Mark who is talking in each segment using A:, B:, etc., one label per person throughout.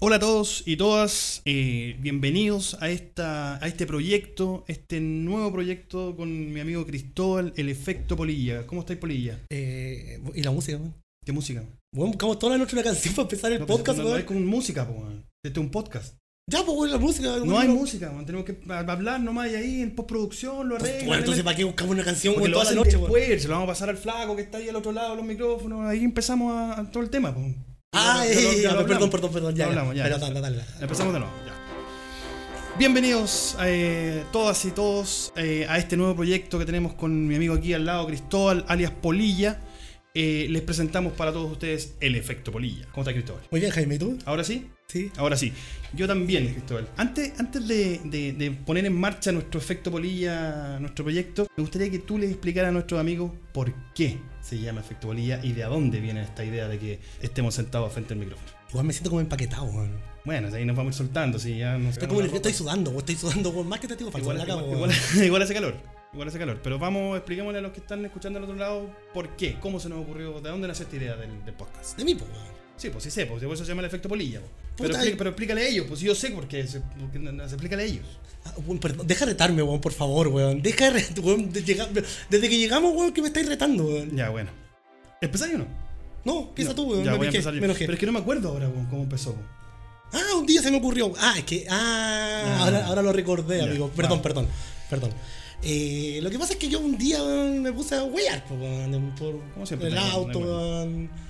A: Hola a todos y todas, eh, bienvenidos a, esta, a este proyecto, este nuevo proyecto con mi amigo Cristóbal, el efecto Polilla. ¿Cómo estáis, Polilla?
B: Eh, y la música, weón.
A: ¿Qué música? No,
B: Weón, buscamos toda la noche una canción para empezar el
A: pues,
B: podcast,
A: no, no
B: weón.
A: hay con música, po, weón. Este es un podcast.
B: Ya, pues, weón, la música. weón.
A: No hay música, weón. tenemos que a- hablar nomás y ahí en postproducción lo
B: Pues,
A: arreglan.
B: Bueno, entonces, ¿para qué buscamos una canción,
A: Porque
B: weón,
A: lo
B: toda la
A: hacen
B: noche, weón?
A: después, se lo vamos a pasar al flaco que está ahí al otro lado de los micrófonos, ahí empezamos a, a todo el tema, po.
B: Ah,
A: Ya lo- ya lo-
B: eh,
A: ya lo
B: ya, perdón,
A: hablamos.
B: perdón, perdón, ya.
A: Lo hablamos, ya.
B: Pero dale, dale.
A: Empezamos de nuevo, ya. Bienvenidos eh, todas y todos eh, a este nuevo proyecto que tenemos con mi amigo aquí al lado, Cristóbal, alias Polilla. Eh, les presentamos para todos ustedes el efecto Polilla. ¿Cómo está Cristóbal?
B: Muy bien, Jaime, ¿y tú?
A: ¿Ahora sí?
B: Sí.
A: Ahora sí. Yo también, Cristóbal. Antes, antes de, de- de poner en marcha nuestro efecto Polilla, nuestro proyecto, me gustaría que tú les explicaras a nuestros amigos por qué se llama efecto Polilla y de a dónde viene esta idea de que estemos sentados frente al micrófono.
B: Igual me siento como empaquetado, weón.
A: Bueno, ahí nos vamos a ir soltando, sí, ya nos
B: Estoy como
A: sacamos la
B: nervioso, estoy
A: ropa.
B: sudando, weón, estoy sudando, weón, más que te digo falso.
A: Igual,
B: la cago,
A: igual-
B: weón.
A: igual- igual hace calor. Igual hace calor. Pero vamos, expliquémosle a los que están escuchando al otro lado por qué, cómo se nos ocurrió, de dónde nació esta idea del, del podcast.
B: De mí, pues, weón.
A: Sí, pues sí sé, pues por eso se llama el efecto polilla. pues. Pero,
B: Puta,
A: expli-
B: y-
A: pero explícale a ellos, pues yo sé por qué, se- porque no- no- se explícale a ellos.
B: Ah, weón, perdón, deja retarme, weón, por favor, weón. Deja de re- weón, de llegar- Desde que llegamos, weón, que me estáis retando, weón.
A: Ya, bueno. ¿Empezáis o no?
B: No, empieza
A: No,
B: tú, weón.
A: Ya,
B: me
A: voy a
B: piqué,
A: empezar yo.
B: me enojé.
A: Pero es que no me acuerdo ahora, weón, cómo empezó. weón.
B: Ah, un día se me ocurrió. Ah, es que. Ah,
A: Ah.
B: ahora, ahora lo recordé,
A: Ya,
B: amigo. Perdón,
A: vamos.
B: perdón, perdón. Eh, lo que pasa es que yo un día weón, me puse a wear po, weón, por,
A: Como siempre,
B: el
A: no hay- no hay
B: auto,
A: bueno.
B: weón.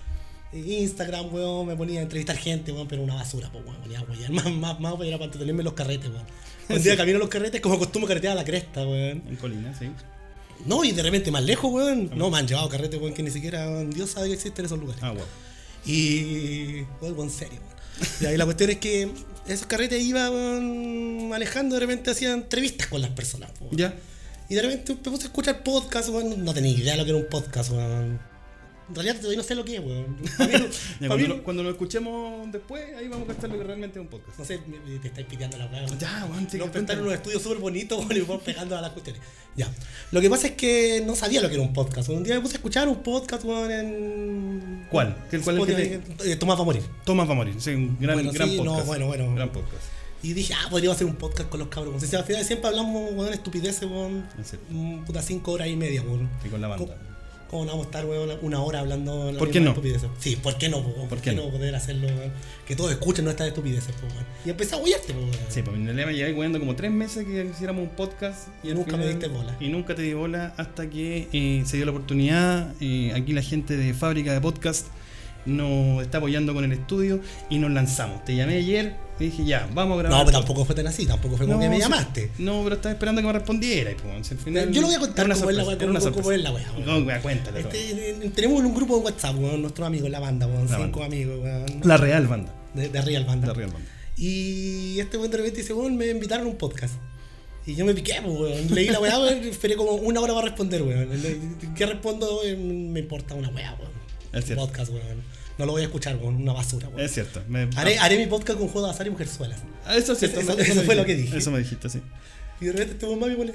B: Instagram, weón, me ponía a entrevistar gente, weón, pero una basura, po, weón, me ponía a wear. Más, más, más weón, era para entretenerme en los carretes, weón. Un día camino a los carretes como costumo carretear a la cresta, weón.
A: En Colina, sí.
B: No, y de repente más lejos, weón. No, me han llevado carretes, weón, que ni siquiera weón, Dios sabe que existen esos lugares.
A: Ah, bueno.
B: Y. Vuelvo en serio, weón. Y ahí la cuestión es que esos carretes iban manejando, de repente hacían entrevistas con las personas, po, weón.
A: Ya.
B: Y de repente me puse a escuchar podcast, weón. No tenía idea de lo que era un podcast, weón. En realidad todavía no sé lo que es, weón. Pa' mí
A: Ya,
B: no- pa'
A: cuando,
B: mí
A: lo, cuando lo escuchemos después, ahí vamos a gastar lo que realmente es un podcast.
B: no sé, me- me- te estáis piteando la weá. weón.
A: Ya, weón, sí, cuéntame.
B: Nos prestaron unos estudios súper bonitos, weón, y vamos pegando a las cuestiones. Ya. Lo que pasa es que no sabía lo que era un podcast. Un día me puse a escuchar un podcast, weón, en.
A: ¿Cuál? ¿Qué- cuál es el que te-
B: Spotify, eh, Tomás va a morir.
A: Tomás va a morir, sí, un gran,
B: Bueno,
A: gran
B: sí, no,
A: podcast.
B: bueno, bueno.
A: Gran podcast.
B: Y dije, ah, podríamos hacer un podcast con los cabros. weón. Si al final siempre hablamos, weón, estupideces, weón.
A: Es cierto.
B: Mm, Puta, cinco horas y media, weón.
A: Y con la banda.
B: ¿Cómo, cómo no vamos a estar, weón, una hora hablando la
A: ¿Por qué
B: misma
A: no?
B: estupideces? Sí, ¿por qué no, po, weón?
A: ¿Por qué no?
B: poder hacerlo, weón? Que todos escuchen nuestras estupideces, po, weón. Y empecé a huirte, weón.
A: Sí, pues me llevé cuidando como tres meses que hiciéramos un podcast y al
B: Nunca me diste bola.
A: Y nunca te di bola hasta que eh, se dio la oportunidad. eh, aquí la gente de Fábrica de Podcast nos está apoyando con el estudio y nos lanzamos. Te llamé ayer y dije, ya, vamos a grabar.
B: No, pero tampoco fue tan así, tampoco fue como que me
A: sí,
B: llamaste.
A: No, pero estaba esperando que me respondiera. Y, pues, al final,
B: Yo lo voy a contar
A: era
B: cómo es la weá,
A: era una
B: cómo- cómo
A: sorpresa.
B: es la weá, weón.
A: No, weá, cuéntala. todo.
B: Este, eh, tenemos un grupo de WhatsApp, weón, nuestros amigos, la banda, weón,
A: La
B: cinco
A: banda.
B: amigos, weón,
A: La real banda.
B: de, de Real Banda.
A: La real banda.
B: Y este weón de repente dice, weón, me invitaron a un podcast. Y yo me piqué, pues, weón. Leí la weá, weón, esperé como una hora para responder, weón. Le- ¿Qué respondo? weón? Me importa una weá, weón.
A: Es cierto.
B: Podcast, weón. No lo voy a escuchar, weón. Una basura, weón.
A: Es cierto. me-
B: Haré, haré mi podcast con juego de azar y mujerzuelas.
A: Ah, Eso es cierto.
B: Eso-
A: me-
B: eso
A: me
B: fue lo
A: dijiste,
B: que dije.
A: Eso me dijiste, sí.
B: Y de repente este weón más me pone,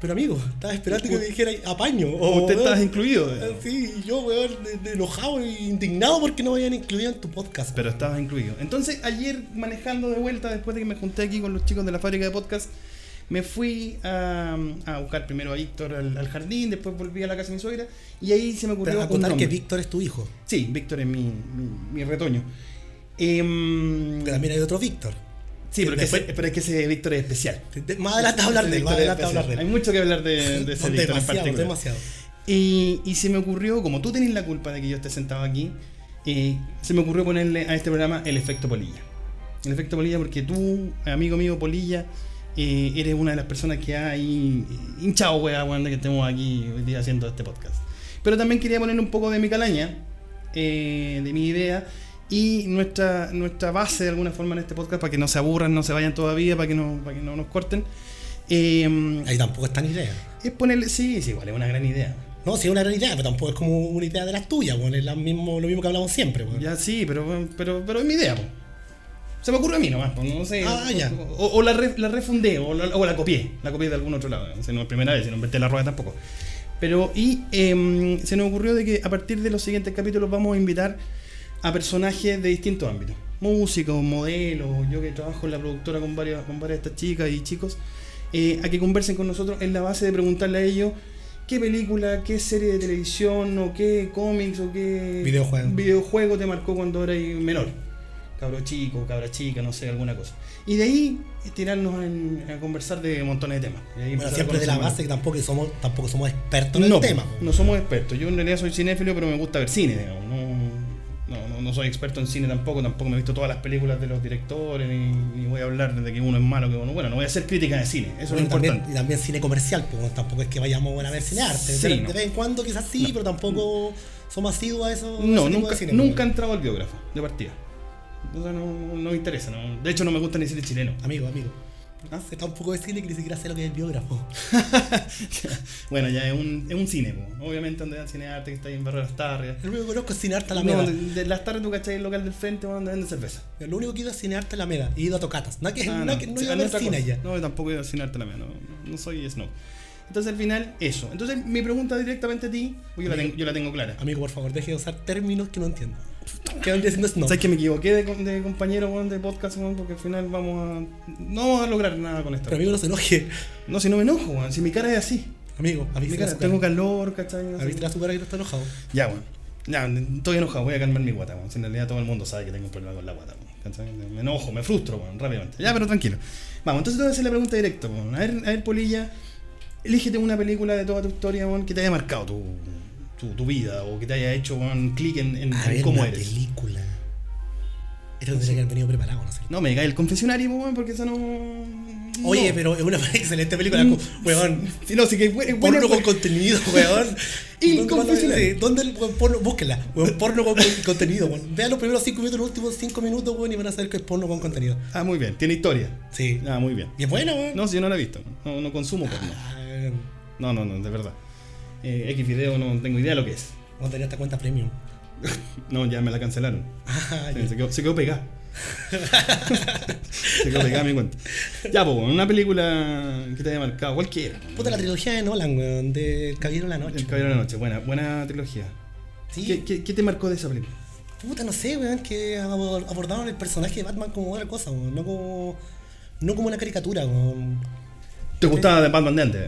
B: pero amigo, estaba esperando que me dijera apaño. O,
A: Usted
B: weón,
A: estás incluido.
B: ah, Sí, y yo, weón, de- de enojado e indignado porque no me habían incluido en tu podcast.
A: Pero
B: weón.
A: estabas incluido. Entonces, ayer manejando de vuelta, después de que me junté aquí con los chicos de la fábrica de podcast, me fui a, a buscar primero a Víctor al, al jardín, después volví a la casa de mi suegra y ahí se me ocurrió
B: Pero a
A: un
B: contar que
A: nombre.
B: Víctor es tu hijo.
A: Sí, Víctor es mi, mi, mi retoño. Em,
B: Porque también hay otro Víctor.
A: sí, pero,
B: que
A: que ese,
B: después-
A: pero es que ese Víctor es especial.
B: De- Más adelante vamos a hablar de él,
A: Víctor
B: más
A: es
B: adelante vamos a hablar de
A: especial.
B: él.
A: Hay mucho que hablar de, de ese Víctor
B: No,
A: en
B: demasiado,
A: particular.
B: demasiado.
A: Y, y se me ocurrió, como tú tenés la culpa de que yo esté sentado aquí, eh, se me ocurrió ponerle a este programa el efecto polilla. El efecto polilla porque tú, amigo mío polilla, eh, eres una de las personas que ha ahí hinchado, weá, weón, de que estemos aquí hoy día haciendo este podcast. Pero también quería poner un poco de mi calaña, eh, de mi idea. Y nuestra, nuestra base de alguna forma en este podcast para que no se aburran, no se vayan todavía, para que no, para que no nos corten. eh,
B: Ahí tampoco es tan idea.
A: es ponerle. Sí, sí, igual, es una gran idea.
B: No, sí es una gran idea, pero tampoco es como una idea de las tuyas, weón. Es la mismo, lo mismo que hablamos siempre, weón.
A: Ya sí, pero, pero, pero es mi idea. po. Se me ocurre a mí nomás, po, no sé.
B: Ah, ya.
A: O, o la, re- la refundé, o la, o la copié. La copié de algún otro lado. O sea, no es primera vez, si no inventé la rueda tampoco. Pero, y em, se nos ocurrió de que a partir de los siguientes capítulos vamos a invitar a personajes de distintos ámbitos. Músicos, modelos, yo que trabajo en la productora con varias, con varias de estas chicas y chicos, eh, a que conversen con nosotros en la base de preguntarle a ellos qué película, qué serie de televisión, o qué cómics, o qué
B: Videojuego.
A: videojuego te marcó cuando eras menor. Cabro chico, cabra chica, no sé, alguna cosa. Y de ahí eh, tirarnos en- a conversar de montones de temas. Y ahí empezar
B: Bueno,
A: a
B: siempre de la
A: conocer más.
B: base que tampoco somos, tampoco somos expertos en
A: no,
B: el tema.
A: No somos expertos. Yo en realidad soy cinéfilo, pero me gusta ver cine, digamos. No, no, no, no soy experto en cine tampoco, tampoco me he visto todas las películas de los directores, ni, ni voy a hablar de que uno es malo, que uno bueno, no voy a hacer crítica de cine, eso es lo
B: Bueno, también-
A: importante.
B: y también cine comercial, pues bueno, tampoco es que vayamos a ver cine arte.
A: Sí,
B: de,
A: no.
B: de vez en cuando quizás sí, pero tampoco somos asiduos a eso. a
A: No,
B: ese tipo de
A: nunca,
B: cine,
A: nunca he
B: pues.
A: entrado al biógrafo, de partida. O sea, no, no me interesa, no. de hecho no me gusta ni cine chileno.
B: Amigo, amigo.
A: ¿Ah?
B: Sé tan poco de cine que ni siquiera sé lo que es el biógrafo.
A: Bueno, ya es un, es un cine, po. obviamente donde dan cine arte, que está ahí en Barrio de las Tarrias.
B: El único que conozco es cine arte a la
A: No,
B: meda.
A: de, de las tardes tú cachai el local del frente po, donde venden cerveza.
B: Lo único que he ido a cine arte a la meda. He ido a tocatas. Nada que,
A: Ah,
B: nada que- no,
A: Sí,
B: iba
A: ah,
B: a ver
A: otra
B: cine
A: cosa.
B: allá.
A: No, tampoco iba a cinearte la mía, no, no soy snob. Entonces al final, eso. Entonces mi pregunta directamente a ti, pues yo, la
B: Amigo.
A: tengo, yo la tengo clara.
B: Amigo, por favor, deje de usar términos que no entiendo. ¿Qué van diciendo es no?
A: ¿Sabes que me equivoqué de, com- de compañero weón, de podcast, weón? porque al final vamos a. No vamos a lograr nada con esto.
B: Pero amigo, no se enoje.
A: No, si no me enojo, weón, si mi cara es así.
B: Amigo,
A: Mi
B: avísela a
A: cara,
B: su
A: tengo
B: cara.
A: calor, ¿cachai? No sé.
B: Avísela a su cara que no está enojado.
A: Ya, bueno. Ya, estoy enojado, voy a calmar mi guata, weón. Si en realidad todo el mundo sabe que tengo un problema con la guata, weón. ¿Cachai? Me enojo, me frustro, weón, rápidamente. Ya, pero tranquilo. Vamos, entonces te voy a hacer la pregunta directa, weón. A ver, a ver, Polilla, elígete una película de toda tu historia, weón, que te haya marcado tu, tu, tu vida o que te haya hecho, weón, clic en, en- en Mm, cómo
B: una
A: eres.
B: película. Esto tendría que haber venido preparado, no sé.
A: No, me cae el confesionario, weón, porque esa no.
B: Oye,
A: no.
B: pero es una excelente película,
A: Mm.
B: como, weón.
A: Sí, no, sí que es buena. es buena,
B: Porno con
A: weón.
B: contenido, weón.
A: Y
B: ¿Dónde van a ver?
A: confesionario.
B: Sí, ¿Dónde el weón, porno? Búsquela, weón. Porno con con contenido, weón. Vean los primeros 5 minutos, los últimos 5 minutos, weón, y van a saber que es porno con contenido.
A: Ah, muy bien, tiene historia.
B: Sí.
A: Ah, muy bien.
B: Y es bueno, weón.
A: No, si yo no la he visto. No, no consumo porno.
B: Ah, weón.
A: No, no, no, de verdad. Eh, X video no tengo idea lo que es.
B: Vamos a tener esta cuenta premium.
A: No, ya me la cancelaron.
B: Ah,
A: Sí, se, quedó, se quedó pegada. se quedó pegada mi cuenta. Ya, pues, una película que te haya marcado, cualquiera.
B: Puta la trilogía de Nolan, weón, de Caballero de la Noche.
A: El Caballero de la Noche, buena, buena trilogía.
B: Sí.
A: ¿Qué, qué, qué te marcó de esa película?
B: Puta, no sé, weón, que abor- abordaron el personaje de Batman como otra cosa, weón. No como, no como una caricatura, weón.
A: ¿Te gustaba de Batman de antes?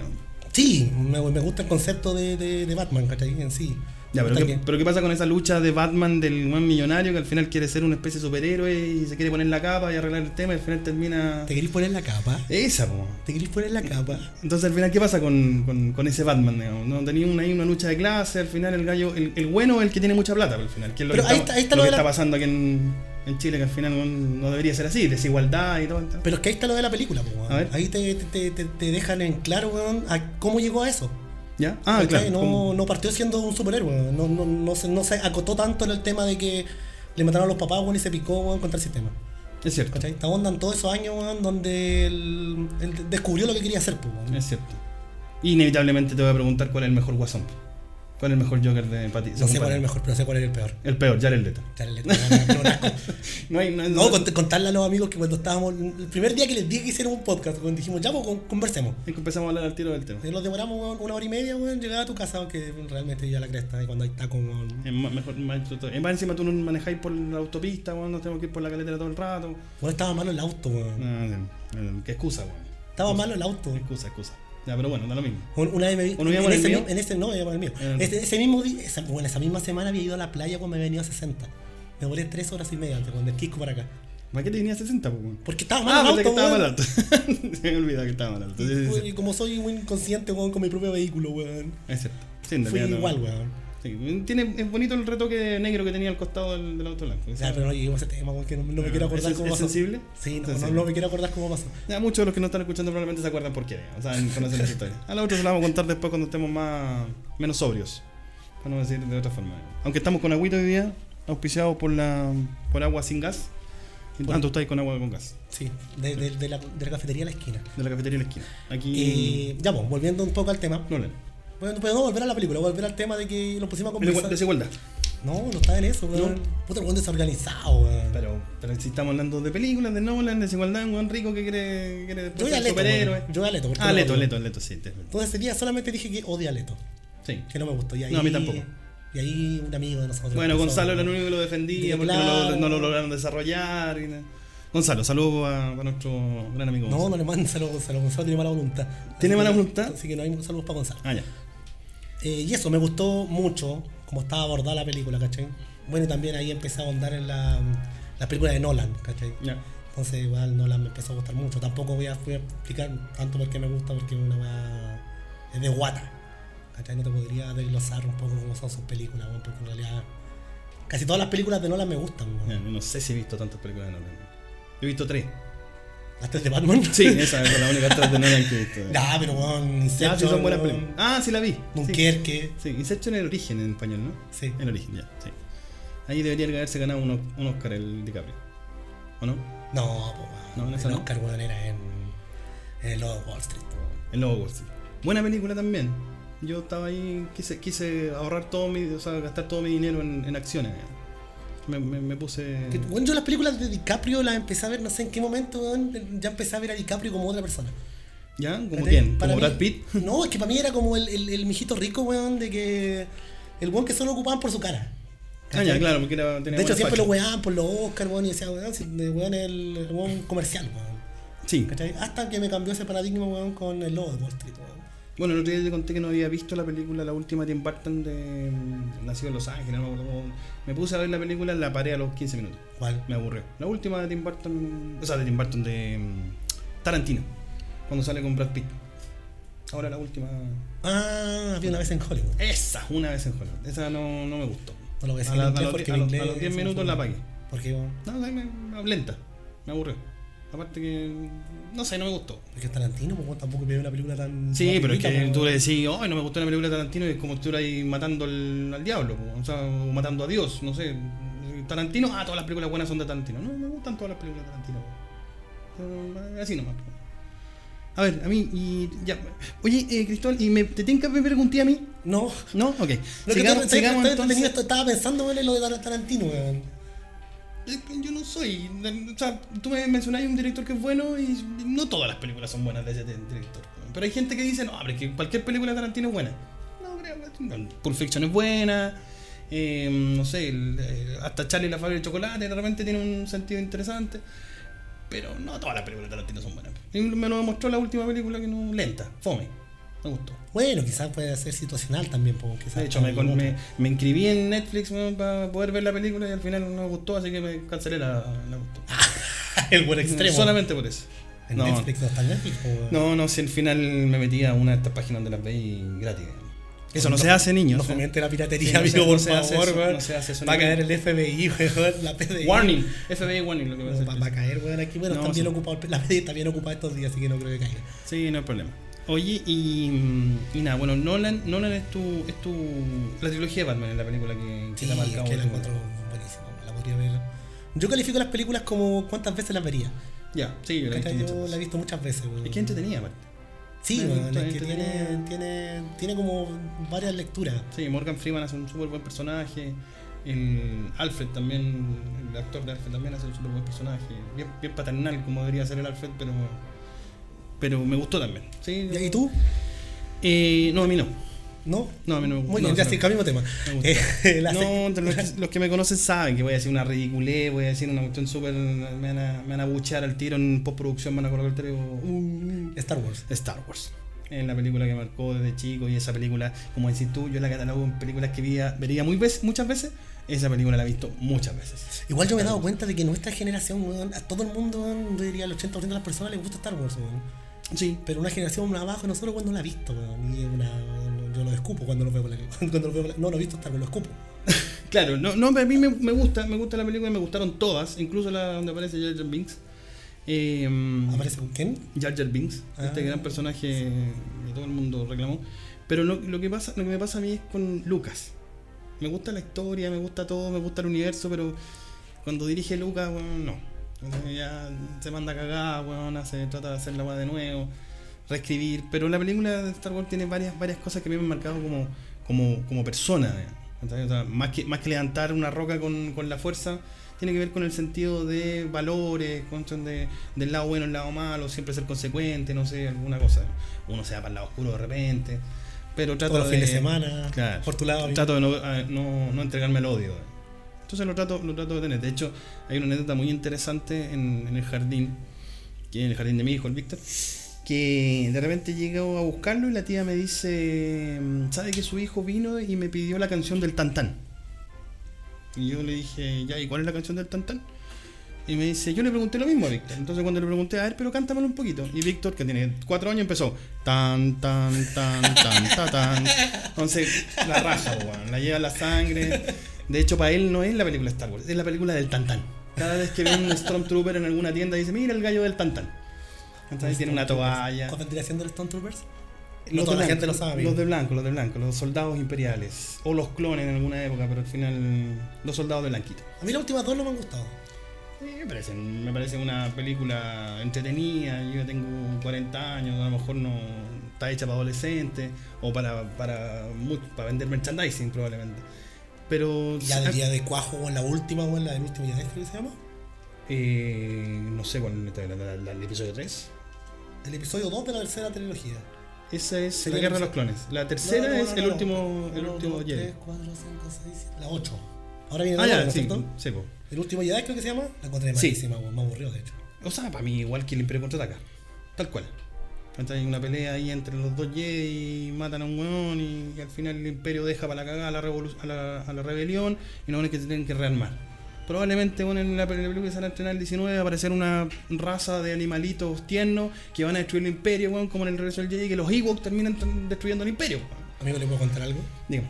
B: Sí, me, me gusta el concepto de, de, de Batman, ¿cachai? En sí.
A: Ya, pero
B: Puta
A: ¿qué,
B: que-
A: pero ¿qué pasa con esa lucha de Batman del buen millonario que al final quiere ser una especie de superhéroe y se quiere poner la capa y arreglar el tema y al final termina...
B: ¿Te querís poner la capa?
A: Esa, pues.
B: ¿Te querís poner la capa?
A: Entonces al final, ¿qué pasa con, con- con ese Batman? digamos? No tenía una, ahí una lucha de clase, al final el gallo, el, el bueno es el que tiene mucha plata, al final, que es lo
B: Pero
A: que,
B: ahí
A: está,
B: está- ahí está
A: lo
B: lo
A: que
B: de la-
A: está pasando aquí en, en Chile, que al final bueno, no debería ser así, desigualdad y todo. entonces.
B: Pero es que ahí está lo de la película, po, weón.
A: A ver.
B: Ahí te, te- te- te dejan en claro, weón, a cómo llegó a eso.
A: ¿Ya? Ah,
B: ¿Cachai?
A: claro.
B: No,
A: como-
B: no partió siendo un superhéroe, weón. No, no, no, se, no se acotó tanto en el tema de que le mataron a los papás, weón, y se picó, weón, contra el sistema.
A: Es cierto,
B: ¿Cachai? Esta onda en todos esos años, weón, donde él, él descubrió lo que quería hacer, po, weón.
A: es cierto. Inevitablemente te voy a preguntar cuál es el mejor guasón. ¿Cuál es el mejor Joker de Pati?
B: No sé cuál es el mejor, pero sé cuál es el peor.
A: El peor, Jared Leto.
B: Chale, le- no, no, no.
A: No hay... No, hay-
B: No, cont- contarle a los amigos que cuando estábamos, el primer día que les dije que hicieron un podcast, weón, dijimos, ya, pues, con- conversemos.
A: es que empezamos a hablar al tiro del tema.
B: Eh, Los demoramos weón, una hora y media, weón, llegar a tu casa, aunque realmente ya la cresta, y cuando ahí está con...
A: Es más- mejor, más, es más, encima tú no manejáis por la autopista, bueno, nos tenemos que ir por la caleta todo el rato.
B: Bueno, estaba malo el auto, weón.
A: No, no, no, qué excusa, weón.
B: Estaba malo el auto.
A: Excusa, excusa. Ya, pero bueno, da lo mismo.
B: Un- Una vez me vi...
A: ¿O no iba
B: en,
A: con el
B: ese,
A: mío?
B: mi- en ese- no, iba con el mío.
A: Ah, no.
B: Ese, ese mismo día, esa, bueno, esa misma semana había ido a la playa cuando me venía a 60. Me volé tres horas y media antes, cuando el Quisco para acá.
A: ¿Para qué tenía 60, po, weón?
B: Porque estaba
A: Ah,
B: malo
A: pensé
B: el
A: que
B: auto,
A: estaba mal
B: weón.
A: alto. Se me olvidaba que estaba mal alto. Sí, sí, sí.
B: Y, y como soy un inconsciente, weón, con mi propio vehículo, weón.
A: Es cierto. Sí, en
B: Fui
A: realidad no.
B: igual, weón.
A: Sí, Tiene, es bonito el retoque negro que tenía al costado del, del auto blanco.
B: O sea, pero no lleguemos a ese tema, weón, que no, no me quiero acordar
A: Ah, ¿Es-
B: cómo
A: es
B: pasó.
A: sensible?
B: Sí, no, no,
A: Sensible.
B: no me quiero acordar cómo pasó.
A: Ya, muchos de los que no están escuchando probablemente se acuerdan por qué. O sea, conocen las historias. A los otros se las vamos a contar después cuando estemos más menos sobrios. Para no decir de otra forma. Aunque estamos con agüita hoy día, auspiciados por la por agua sin gas. Y
B: Por-
A: tanto estáis con agua con gas.
B: Sí, de, de- de la, de la cafetería a la esquina.
A: De la cafetería de la esquina. Aquí.
B: Eh, ya, pues, volviendo un poco al tema.
A: Nolan.
B: Bueno, pero no volver a la película, volver al tema de que nos pusimos a
A: Desigual-
B: conversar.
A: Desigualdad.
B: No, no está en eso, weón.
A: No.
B: Puta, el weón desorganizado, weón.
A: Pero, pero si estamos hablando de películas, de Nolan, desigualdad, un buen rico que quiere, quiere después
B: yo ya
A: ser
B: Leto,
A: superhéroe.
B: weón. Yo ya Leto. porque
A: Ah,
B: no
A: Leto,
B: lo-
A: Leto, Leto, sí. te-
B: Entonces ese día solamente dije que odio a Leto,
A: Sí.
B: que no me gustó. Y ahí,
A: No, a mí tampoco.
B: y Y ahí un amigo de nosotros.
A: Bueno,
B: empezó-
A: Gonzalo era el único que lo defendía
B: De
A: porque no lo,
B: claro.
A: no lo lograron desarrollar. y nada. Gonzalo, saludo a, a nuestro gran amigo.
B: No,
A: Gonzalo.
B: no le manden saludos a Gonzalo. Gonzalo tiene mala voluntad.
A: ¿Tiene
B: Así
A: mala
B: que-
A: voluntad?
B: Así que no hay saludos para Gonzalo.
A: Ah, ya.
B: Eh, y eso, me gustó mucho cómo estaba abordada la película, ¿cachai? Bueno, y también ahí empecé a ahondar en la, la película de Nolan, ¿cachai?
A: ya.
B: Entonces igual Nolan me empezó a gustar mucho. Tampoco voy a, voy a explicar tanto por qué me gusta, porque es una weá- es de guata. ¿Cachai? No te podría desglosar un poco cómo son sus películas, weón, porque en realidad casi todas las películas de Nolan me gustan. weón.
A: Ya, No sé si he visto tantas películas de Nolan. He visto tres.
B: Las tres de Batman.
A: Sí, esa es la única tres de Nolan que he visto.
B: Nah, pero weón,
A: Ya, sí, son buenas
B: weón,
A: películas. Ah, sí, la vi. Sí.
B: Dunkerque.
A: Sí, Inception en el origen en español, ¿no?
B: Sí.
A: En origen, ya, sí. Ahí debería haberse ganado un, o- un Oscar el DiCaprio. ¿O no?
B: No, pues
A: No, en
B: weón.
A: esa
B: el
A: no.
B: Oscar, weón, era en, en el Lobo de Wall Street. weón.
A: El Lobo de Wall Street. Buena película también. Yo estaba ahí, quise, quise ahorrar todo mi, o sea, gastar todo mi dinero en, en acciones. Me, me- me puse...
B: Que, bueno, yo las películas de DiCaprio las empecé a ver, no sé en qué momento, weón, ya empecé a ver a DiCaprio como otra persona.
A: ¿Ya? ¿Como
B: ¿Cachai?
A: quién?
B: Para
A: ¿Como
B: mí-
A: Brad Pitt?
B: No, es que para mí era como el, el, el mijito rico, weón, de que. El weón que solo ocupaban por su cara.
A: Ah, ya, claro, porque era, tenía
B: De hecho,
A: buena
B: siempre
A: facha.
B: lo weaban por los Oscar, weón, y decía, weón, si- de weón es el el weón comercial, weón.
A: Sí.
B: ¿Cachai? Hasta que me cambió ese paradigma, weón, con el lobo de Wall Street, weón.
A: Bueno, el otro día te conté que no había visto la película, la última de Tim Burton de mm, Nacido en Los Ángeles. No me acuerdo cómo- Me puse a ver la película, la paré a los 15 minutos.
B: ¿Cuál?
A: Me aburrió. La última de Tim Burton. O sea, de Tim Burton de mm, Tarantino. Cuando sale con Brad Pitt. Ahora la última.
B: Ah, había una vez en Hollywood.
A: Esa, una vez en Hollywood. Esa no, no me gustó.
B: No lo voy a decir
A: A la-
B: en
A: a
B: inglés
A: los
B: porque
A: die-
B: en
A: a los-
B: inglés
A: a los 10
B: se me
A: minutos
B: fue.
A: la apagué.
B: ¿Por qué, weón?
A: No, me, me- lenta. Me aburrió. Aparte que. No sé, no me gustó.
B: Porque es Tarantino, pues, weón, tampoco pidió una película tan.
A: Sí,
B: tan
A: pero es
B: rica,
A: que
B: weón.
A: tú le decís, ay, no me gustó la película de Tarantino, y es como si estuvieras ahí matando al, al diablo, po, o sea, o matando a Dios, no sé. Tarantino, ah, todas las películas buenas son de Tarantino. No, me gustan todas las películas de Tarantino. po. Pero, eh, Así nomás. po. A ver, a mí, y ya. Oye, eh, Cristóbal, ¿y me, te tienen que haber preguntado a mí?
B: No.
A: ¿No? Ok.
B: Lo que
A: sigamos,
B: estoy-
A: sigamos
B: estoy
A: entonces.
B: entretenido, estaba pensando, weón, en lo de Tarantino, weón.
A: Es que Yo no soy. O sea, tú me mencionáis un director que es bueno y no todas las películas son buenas de ese director. Pero hay gente que dice, no, pero es que cualquier película de Tarantino es buena. No creo. no, Pulp Fiction es buena. eh, no sé, el- eh, hasta Charlie y la fábrica de chocolate de repente tiene un sentido interesante. Pero no todas las películas de Tarantino son buenas. Y me lo demostró la última película que no. Lenta, fome. Me gustó.
B: Bueno, quizás puede ser situacional también, pues, quizás.
A: De hecho, me, con- me- me inscribí en Netflix weón, para poder ver la película y al final no me gustó, así que me cancelé la, la cuestión.
B: El buen extremo.
A: Solamente por eso.
B: En
A: no,
B: Netflix no está en Netflix, po, weón.
A: no, no, si al final me metía a una de estas páginas donde las veí gratis. Eso no
B: No-
A: se hace,
B: No
A: niños. ¿eh?
B: fomente la
A: Sí,
B: piratería,
A: no se-
B: amigo,
A: no
B: por
A: se hace
B: favor,
A: eso,
B: weón.
A: no se hace eso,
B: Va a
A: ni-
B: caer el FBI, weón, la PDI.
A: Warning, FBI warning lo que va a
B: No,
A: hacer.
B: va, va a caer, weón, aquí. Bueno,
A: No,
B: están bien
A: sí.
B: ocupados. La PDI está bien ocupada estos días, así que no creo que caiga.
A: Sí, no hay problema. Oye, y, mm, y nada, bueno, Nolan, Nolan es tu, es tu. La trilogía de Batman es la película que, que
B: Sí,
A: te ha marcado.
B: es que la
A: tu-
B: encuentro buenísima, weón, la podría ver. Yo califico las películas como cuántas veces las vería.
A: Ya, sí, yo la he visto
B: ¿Cachai?
A: muchas
B: Yo la he
A: veces.
B: visto muchas veces, weón.
A: Es que entretenía, aparte.
B: Sí,
A: Me
B: weón,
A: gusta,
B: es que
A: entretenida.
B: tiene, tiene, tiene como varias lecturas.
A: Sí, Morgan Freeman hace un súper buen personaje. El Alfred también, el actor de Alfred también hace un súper buen personaje. Bien, bien paternal, como debería ser el Alfred, pero, pero me gustó también. ¿sí?
B: ¿Y tú?
A: Eh, no, a mí no.
B: ¿No?
A: No, a mí no me gustó.
B: Muy bien,
A: No,
B: ya
A: no.
B: sí, cambiamos tema.
A: Me gusta.
B: Eh, la sec-
A: No, los que, los que me conocen saben que voy a decir una ridiculez, voy a decir una cuestión súper. Me, van a- me van a buchar al tiro en postproducción, me van a colocar el tiro. "Uh,
B: Star Wars.
A: Star Wars. Es la película que marcó desde chico y esa película, como decís tú, yo la catalogo en películas que veía, vería muy veces, muchas veces. Esa película la he visto muchas veces.
B: Igual yo me he dado cuenta de que nuestra generación, weón, a todo el mundo, weón, yo diría el 80% de las personas les gusta Star Wars, weón.
A: Sí.
B: Pero una generación más abajo, nosotros cuando la ha visto, weón. Y es una, yo lo escupo cuando lo veo por la cuando lo veo por la- No, no he visto Star Wars, lo escupo.
A: Claro, no, no, pero a mí me, me gusta, me gusta la película, me gustaron todas, incluso la donde aparece Jar Jar Binks. Eh,
B: ¿Aparece con quién?
A: Jar Jar Binks, este
B: Ah.
A: gran personaje que todo el mundo reclamó. Pero lo, lo que pasa, lo que me pasa a mí es con Lucas. Me gusta la historia, me gusta todo, me gusta el universo, pero cuando dirige Lucas, weón, no. Entonces ya se manda a cagar, weón, se trata de hacer la weá de nuevo, reescribir. Pero la película de Star Wars tiene varias, varias cosas que a mí me han marcado como, como, como persona. digamos. ¿Cachai? O sea, más, que, más que levantar una roca con, con la fuerza, tiene que ver con el sentido de valores, con cuestión de, del lado bueno, el lado malo, siempre ser consecuente, no sé, alguna cosa. Uno se va para el lado oscuro de repente. Pero trato
B: Todos los fines de
A: de-
B: semana,
A: Claro.
B: por tu lado.
A: Trato de no, a- no- no entregarme al odio. Entonces lo trato, lo trato de tener. De hecho, hay una anécdota muy interesante en, en el jardín, que en el jardín de mi hijo, el Víctor, que de repente llego a buscarlo y la tía me dice, mm, ¿sabe que su hijo vino y me pidió la canción del Tantán? Y yo le dije, ya, ¿y cuál es la canción del Tantán? Y me dice, yo le pregunté lo mismo a Víctor. Entonces cuando le pregunté, a ver, pero cántamelo un poquito. Y Víctor, que tiene cuatro años, empezó. Tan, tan, tan, tan, ta, tan. Entonces, la raja, weón. La lleva la sangre. De hecho, para él no es la película Star Wars, es la película del Tantán. Cada vez que ve un Stormtrooper en alguna tienda, dice, mira el gallo del Tantán. Entonces tiene una toalla.
B: ¿Cuál vendría siendo los Stone Troopers?
A: Los de
B: No toda la
A: blanco,
B: gente lo sabe.
A: Los de blanco, los de blanco, los soldados imperiales. O los clones en alguna época, pero al final, los soldados de blanquito.
B: A mí las últimas dos no me han gustado.
A: Sí, Me parece, me parece una película entretenida. Yo tengo 40 años, a lo mejor no está hecha para adolescentes o para, para, mu- para vender merchandising probablemente. Pero
B: Ya
A: sí,
B: del día de cuajo, o en la última, o en la del último día de este, ¿qué se llama?
A: eh, no sé cuál es la, la- la- el episodio 3.
B: El episodio 2 de la tercera trilogía.
A: Esa es
B: Sería
A: la guerra de
B: el-
A: los clones. La tercera
B: No, no,
A: es
B: no,
A: el
B: no, no.
A: último, el
B: Uno,
A: último
B: dos,
A: Jedi.
B: tres, cuatro, cinco, seis, siete, La 8. Ahora viene la
A: ah,
B: nueva,
A: ya,
B: ¿no es
A: sí,
B: cierto?
A: sí, po.
B: El último Jedi creo que se llama. La encontré
A: Sí.
B: malísima, weón, me aburrió de hecho.
A: O sea, para mí igual que el Imperio contraataca. Tal cual. Entonces Hay una pelea ahí entre los dos Jedi, matan a un weón y, y al final el Imperio deja para la cagada a la, revolu- a la, a la rebelión y no es que se tienen que rearmar. Probablemente bueno, en la película que se van a estrenar el 19 va a aparecer una raza de animalitos tiernos que van a destruir el Imperio, weón, como en el regreso del Jedi, que los Ewoks terminan t- destruyendo el Imperio. weón.
B: Amigo, ¿le puedo contar algo?
A: Dígame.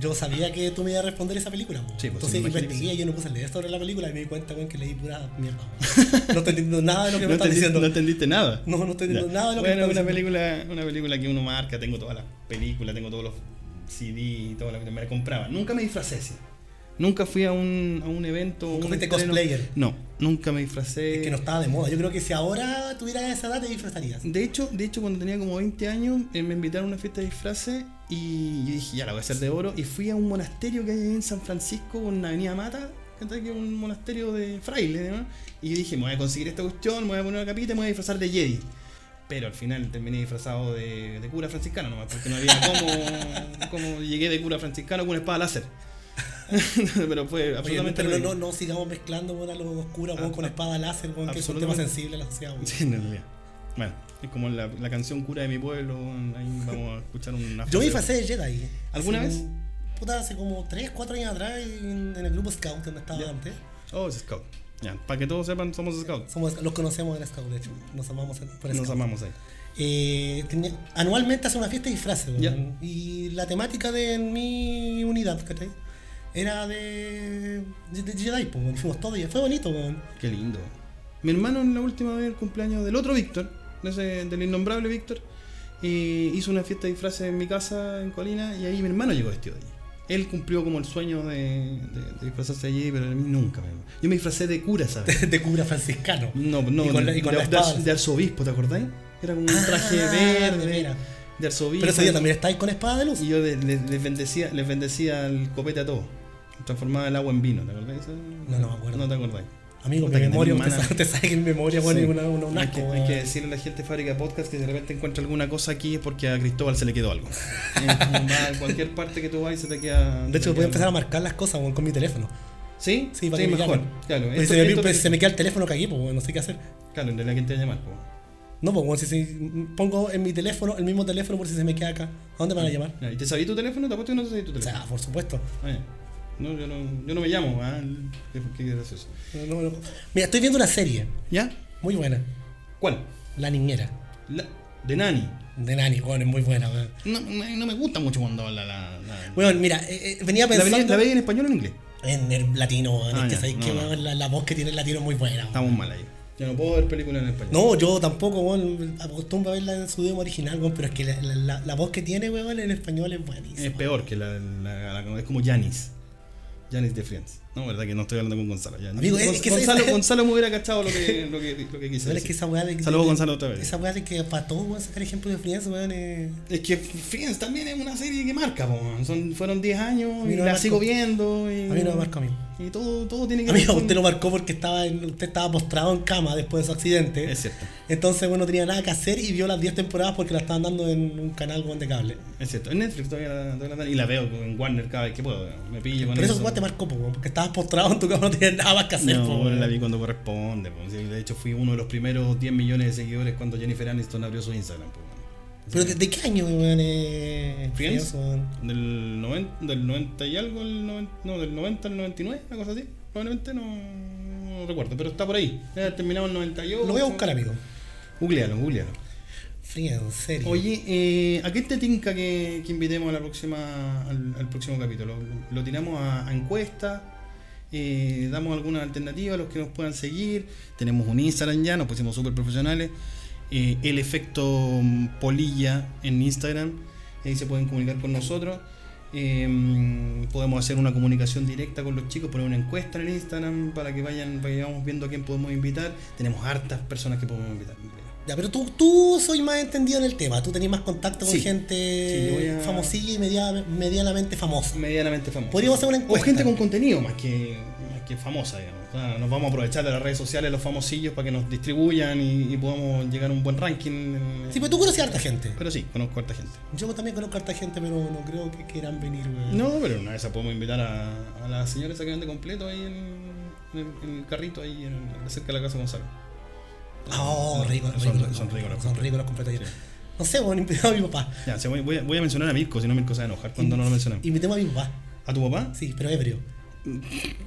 B: Yo sabía que tú me ibas a responder esa película, po.
A: Sí, pues, sí,
B: Entonces
A: me imagino que
B: investigué
A: sí.
B: y yo no puse a leer sobre la película y me di cuenta, weón, que leí pura mierda, weón. No estoy entendiendo nada de lo que
A: No,
B: me están
A: entendiste-
B: diciendo.
A: no entendiste nada.
B: No, no estoy entendiendo
A: Ya.
B: nada de lo que me
A: bueno,
B: están
A: una
B: diciendo.
A: película, una película que uno marca, tengo todas las películas, tengo todos los CD y todas las que me la compraba. Nunca me disfracé, sí. Nunca fui a un, a un evento.
B: Nunca
A: un
B: fuiste
A: estreno.
B: cosplayer.
A: No, nunca me disfracé.
B: Es que no estaba de moda. Yo creo que si ahora tuviera esa edad te disfrazarías.
A: De hecho, de hecho, cuando tenía como 20 años, eh, me invitaron a una fiesta de disfraces y yo dije, ya la voy a hacer de oro. Y fui a un monasterio que hay en San Francisco, en la Avenida Mata, ¿cachai? que es un monasterio de frailes, ¿no? Y yo dije, me voy a conseguir esta cuestión, me voy a poner una capita y me voy a disfrazar de Jedi. Pero al final terminé disfrazado de, de cura franciscano nomás, porque no había cómo, cómo llegué de cura franciscano con una espada láser. pero fue
B: Oye, no,
A: absolutamente
B: pero no,
A: ridículo.
B: no sigamos mezclando weón, a lo oscuro weón,
A: Ah,
B: con
A: ah,
B: espada láser, weón, que es un tema
A: absolutamente.
B: sensible a la sociedad. weón.
A: Sí, en realidad. Bueno, es como la, la canción cura de mi pueblo, ahí vamos a escuchar una
B: Yo me
A: frase.
B: disfracé de Jedi.
A: ¿Alguna
B: Hace
A: vez?
B: como- Puta, hace como 3, 4 años atrás en, en el grupo Scout donde estaba
A: Ya.
B: antes.
A: Oh, es Scout. Ya, para que todos sepan, somos Scout.
B: Somos, los conocemos en Scout, de hecho. Nos amamos en- por
A: Nos
B: Scout.
A: amamos ahí.
B: Eh, tenía- anualmente hace una fiesta de disfraces, weón.
A: Ya.
B: Y la temática de mi unidad, ¿cachai? Era de, de, de Jedi, pues, weón. Fuimos todos y fue bonito, weón.
A: Qué lindo. Mi hermano en la última vez, el cumpleaños del otro Víctor, de ese- del innombrable Víctor, eh, hizo una fiesta de disfraces en mi casa en Colina y ahí mi hermano llegó vestido de allí. Él cumplió como el sueño de, de- de disfrazarse allí, pero a mí nunca. mi hermano. Yo me disfracé de cura, ¿sabes?
B: De, cura franciscano.
A: No, no,
B: Y con la- y con
A: de,
B: la
A: de-
B: espada.
A: de arzobispo, ¿te acordáis? Era como un
B: Ah,
A: traje
B: de
A: verde,
B: veras.
A: de arzobispo.
B: Pero ese día también estáis con espada de luz.
A: Y yo les, les- les bendecía, les bendecía el copete a todos. Transformaba el agua en vino, ¿te acordás? No,
B: no me acuerdo.
A: No te acordás.
B: Amigo,
A: Puta,
B: mi
A: que
B: memoria,
A: tenés
B: usted
A: maná.
B: sabe, usted sabe que mi memoria, bueno,
A: Sí.
B: es una, una, un
A: hay,
B: asco,
A: que, hay
B: weón.
A: que decirle a la gente de Fábrica Podcast que de repente encuentra alguna cosa aquí es porque a Cristóbal se le quedó algo. Es como, va a cualquier parte que tú vayas se te queda.
B: De hecho, voy a empezar a marcar las cosas, weón, con mi teléfono.
A: ¿Sí?
B: Sí,
A: Sí,
B: para que me
A: mejor.
B: llamen.
A: Claro,
B: Pues
A: esto-
B: se, me,
A: esto-
B: pues, se me queda el teléfono cagué, pues, weón, no sé qué hacer.
A: Claro, en realidad, ¿quién te va a llamar? po?
B: No, pues, weón, si, si pongo en mi teléfono, el mismo teléfono, por si se me queda acá. ¿A dónde me van a llamar?
A: Ya, ¿Y te sabía tu teléfono? ¿Te apuesto que no te sabía tu
B: O
A: teléfono?
B: sea, por supuesto.
A: Ah, ya. no, yo no, yo no me llamo. Ah, qué- qué gracioso.
B: No, no, no. Mira, estoy viendo una serie
A: ¿Ya?
B: muy buena.
A: ¿Cuál?
B: La niñera.
A: La- de Nani.
B: De Nani, weón, es muy buena, weón.
A: No, no, no me gusta mucho cuando habla la. la-
B: Weón, mira, eh, eh, venía
A: ¿La veía,
B: pensando
A: la veía en español o en inglés?
B: en el latino, weón.
A: Ah,
B: es que
A: ya,
B: sabéis
A: no,
B: que,
A: no.
B: weón, la, la voz que tiene el latino es muy buena, weón.
A: Estamos mal ahí. Yo no puedo ver películas en español.
B: No, yo tampoco, weón. Acostumbro a verla en su idioma original, weón, pero es que la, la- la- la voz que tiene, weón, en español es buenísima.
A: Es peor que la. la- la- es como Janis. Janis de Friends. No, verdad que no estoy hablando con Gonzalo. Ya.
B: Amigo, es-
A: Gon-
B: es que esa-
A: Gonzalo,
B: esa-
A: Gonzalo me hubiera cachado lo que, lo que, lo que quise
B: Weón, es que
A: decir.
B: esa weá de.
A: Saludos,
B: de-
A: Gonzalo, otra vez.
B: Esa weá de que para todos weón, sacar ejemplo de Friends, weón. eh,
A: Es que Friends también es una serie que marca, po, man. Son, fueron 10 años
B: mí
A: y
B: no me
A: la
B: marcó.
A: sigo viendo. Y,
B: A mí no me marcó a mí.
A: Y todo, todo tiene que
B: Amigo,
A: con-
B: usted lo marcó porque estaba en- usted estaba postrado en cama después de su accidente.
A: Es cierto,
B: Entonces, bueno, no tenía nada que hacer y vio las 10 temporadas porque la estaban dando en un canal weón, de cable.
A: es cierto. En Netflix todavía la, todavía la dan y la veo en Warner cada vez que puedo. Me pillo con
B: Pero eso
A: eso.
B: weón, te marcó, po, weón, porque estabas postrado en tu cama, no tenías nada más que hacer, po,
A: No,
B: weón.
A: la vi cuando corresponde. po. Sí, De hecho, fui uno de los primeros 10 millones de seguidores cuando Jennifer Aniston abrió su Instagram. pues, po, man.
B: Pero ¿de, de qué año, weón? Eh,
A: Friends?
B: Friends, weón?
A: Del, noven- del 90 y algo, el noven- no, del 90 al 99, una cosa así. Probablemente no, no recuerdo, pero está por ahí. Debe haber terminado el 98.
B: Lo voy a buscar, amigo.
A: Googlealo, googlealo.
B: Friends, serio.
A: Oye, eh, ¿a qué te tinca que, que invitemos a la próxima, al, al próximo capítulo? ¿Lo tiramos a, a encuesta? Eh, ¿Damos alguna alternativa a los que nos puedan seguir? Tenemos un Instagram ya, nos pusimos súper profesionales. Eh, el efecto mm, polilla en Instagram. Ahí se pueden comunicar con nosotros. Eh, podemos hacer una comunicación directa con los chicos, poner una encuesta en el Instagram para que vayan, vayamos viendo a quién podemos invitar. Tenemos hartas personas que podemos invitar.
B: Ya, pero tú, tú soy más entendido en el tema. Tú tenés más contacto con
A: Sí. Sí, yo voy
B: gente
A: a-
B: famosilla y media- medianamente famosa.
A: medianamente famosa.
B: Podríamos hacer una encuesta.
A: O gente con contenido más que, más que famosa, digamos. O sea, nos vamos a aprovechar de las redes sociales, los famosillos, para que nos distribuyan y, y podamos llegar a un buen ranking. en-
B: Sí, pero tú conoces a harta gente.
A: Pero sí, conozco a harta gente.
B: Yo también conozco a harta gente, pero no creo que quieran venir, weón.
A: No, pero una vez esa podemos invitar a, a las señoras que vende completo ahí en, en el, en el carrito, ahí en- cerca de la casa de Gonzalo.
B: Oh, rico,
A: Son-
B: rico,
A: son ricos los
B: Son ricos los completos.
A: Sí.
B: No sé, bueno, invitemos a mi papá.
A: Ya, se voy, voy a, voy a mencionar a Mirko, si no Mirko se va a enojar cuando no lo mencionamos.
B: Invitemos a mi papá.
A: ¿A tu papá?
B: Sí, pero ebrio.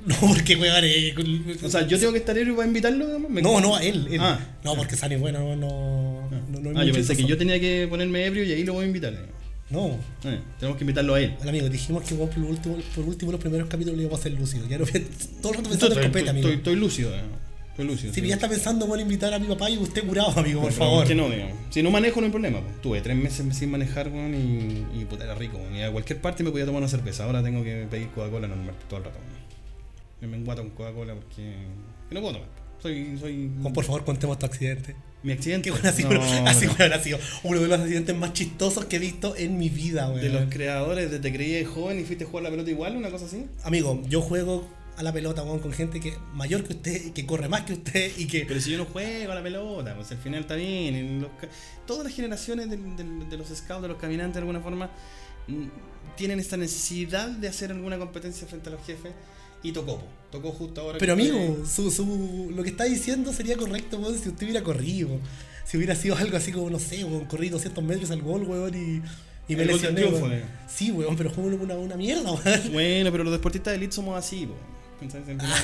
B: No, porque weón, eh, con-
A: O sea, yo tengo que estar héroe para invitarlo, digamos? Me-
B: No, no, a él. él.
A: Ah.
B: no, porque Sani, bueno, no. no,
A: Ah,
B: no, no hay
A: Ah, yo
B: mucho
A: pensé que
B: eso.
A: yo tenía que ponerme ebrio y ahí lo voy a invitar. digamos.
B: No,
A: Eh, tenemos que invitarlo a él.
B: Hola, amigo, dijimos que vos por último, por último los primeros capítulos le íbamos a hacer lúcido. Ya no todo el
A: Estoy,
B: rato pensando en copete, amigo.
A: estoy- estoy lúcido, eh. estoy lúcido.
B: si
A: sí.
B: ya está pensando en invitar a mi papá y usted curado, amigo, por
A: Pero
B: favor.
A: Que no, digamos. Si no manejo, no hay problema. po. Tuve tres meses sin manejar, weón, y, y puta, era rico. weón. Y a cualquier parte me podía tomar una cerveza. Ahora tengo que pedir Coca-Cola normal todo el rato. weón. Me enguato con Coca-Cola porque que no puedo tomar. Soy, soy
B: Juan, por favor, contemos tu accidente.
A: mi accidente.
B: Que bueno, así,
A: No,
B: bueno, así,
A: no.
B: bueno, ha sido uno de los accidentes más chistosos que he visto en mi vida, weón.
A: De los creadores de Te creí joven y fuiste a jugar la pelota igual, una cosa así.
B: Amigo, yo juego a la pelota, weón, con gente que mayor que usted, y que corre más que usted y que.
A: Pero si yo no juego a la pelota, pues al final está bien. en los ca- todas las generaciones del- del- de los scouts, de los caminantes, de alguna forma, mm, tienen esta necesidad de hacer alguna competencia frente a los jefes. Y tocó, po. tocó justo ahora. que
B: Pero
A: estoy-
B: amigo, su, su, lo que está diciendo sería correcto, weón, si usted hubiera corrido. Si hubiera sido algo así como, no sé, weón, corrí 200 metros al gol, weón, y, y me
A: El gol del
B: lesioné,
A: triunfo,
B: weón.
A: eh.
B: Sí, weón, pero fue una, una mierda, weón.
A: Bueno, pero los deportistas de elite somos así, po. Entonces, al final-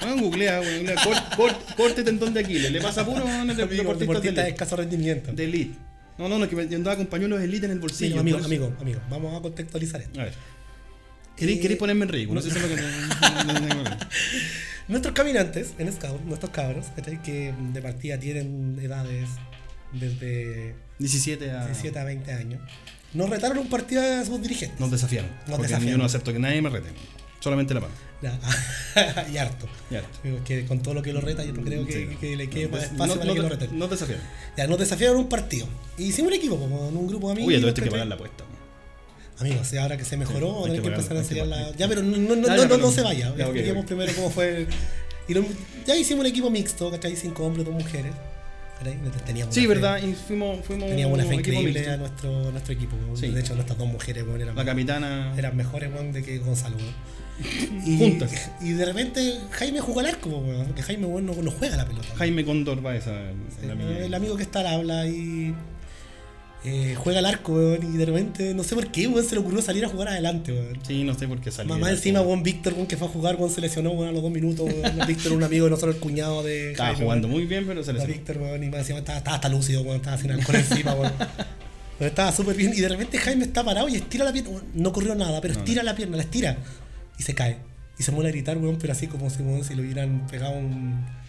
A: Bueno, googlea, weón, googlea. Cort- cort- corte tendón de Aquiles. Le pasa puro a los de-
B: Amigo,
A: deportistas de
B: deportista de
A: elite.
B: escaso rendimiento.
A: De elite. No, no, no, que me- yo andaba con pañuelos elite en el bolsillo.
B: Mira, amigo,
A: por eso-
B: amigo, amigo, vamos a contextualizar esto.
A: A ver. ¿Queréis,
B: Eh,
A: queréis ponerme en ridículo?
B: no.
A: Eso es lo que me-
B: Eh, Nuestros caminantes en Scout, nuestros cabros, ¿cachai? que de partida tienen edades desde
A: 17 a.
B: 17 a 20 años, nos retaron un partido a sus dirigentes.
A: Nos desafiaron.
B: Nos
A: porque
B: desafiaron.
A: Yo no acepto que nadie me rete. Solamente la mano.
B: Ya, y harto.
A: Ya. está.
B: Digo, que con todo lo que lo reta, yo creo que,
A: Sí.
B: que le quede
A: Nos
B: más
A: des-
B: espacio
A: nos-
B: para que lo
A: nos-
B: reten.
A: Nos desafiaron.
B: Ya, nos desafiaron un partido. Y hicimos un equipo, como con un grupo de amigos.
A: Uy, a todo esto hay que pagar
B: ¿cachai?
A: la apuesta. man.
B: Amigos, sí, ahora que se mejoró,
A: Sí,
B: vamos a
A: hay
B: tener
A: que
B: que empezar a
A: pagar, hay que
B: enseñar la.
A: pagar.
B: Ya, pero no, no, no,
A: Ya, ya,
B: no,
A: pero-
B: no se vaya.
A: Ya, ok,
B: Expliquemos
A: ok.
B: primero cómo fue. el- y lo- ya hicimos un equipo mixto, ¿cachai? Cinco hombres, dos mujeres. ¿cachai? Teníamos
A: Sí,
B: una fe-
A: verdad. Y fuimos. fuimos
B: Teníamos una fe
A: equipo
B: increíble
A: mixto.
B: a nuestro, nuestro equipo. weón.
A: Sí.
B: De hecho, nuestras dos mujeres weón, eran,
A: La capitana.
B: eran mejores weón, de que Gonzalo. weón. Y,
A: Juntas.
B: y de repente Jaime jugó al arco, weón, porque Jaime weón, no, no juega la pelota. weón.
A: Jaime Condor va esa. la mía.
B: El amigo que está al habla y eh, juega al arco, weón, y de repente, no sé por qué, weón, se le ocurrió salir a jugar adelante, weón.
A: Sí, no sé por qué salió.
B: Mamá encima, weón, Víctor, weón, que fue a jugar, weón, se lesionó, weón, a los dos minutos, weón. Víctor, un amigo de nosotros, el cuñado de...
A: Estaba
B: Jaime,
A: jugando
B: weón.
A: muy bien, pero se
B: Estaba
A: lesionó.
B: Víctor, weón, y más encima estaba, estaba hasta lúcido, weón, estaba sin alcohol encima, weón. Pero estaba súper bien, y de repente Jaime está parado y estira la pierna, weón, no corrió nada, pero
A: No,
B: estira la pierna, la estira, y se cae. Y se muere a gritar, weón, pero así como si, weón, si lo hubieran pegado un...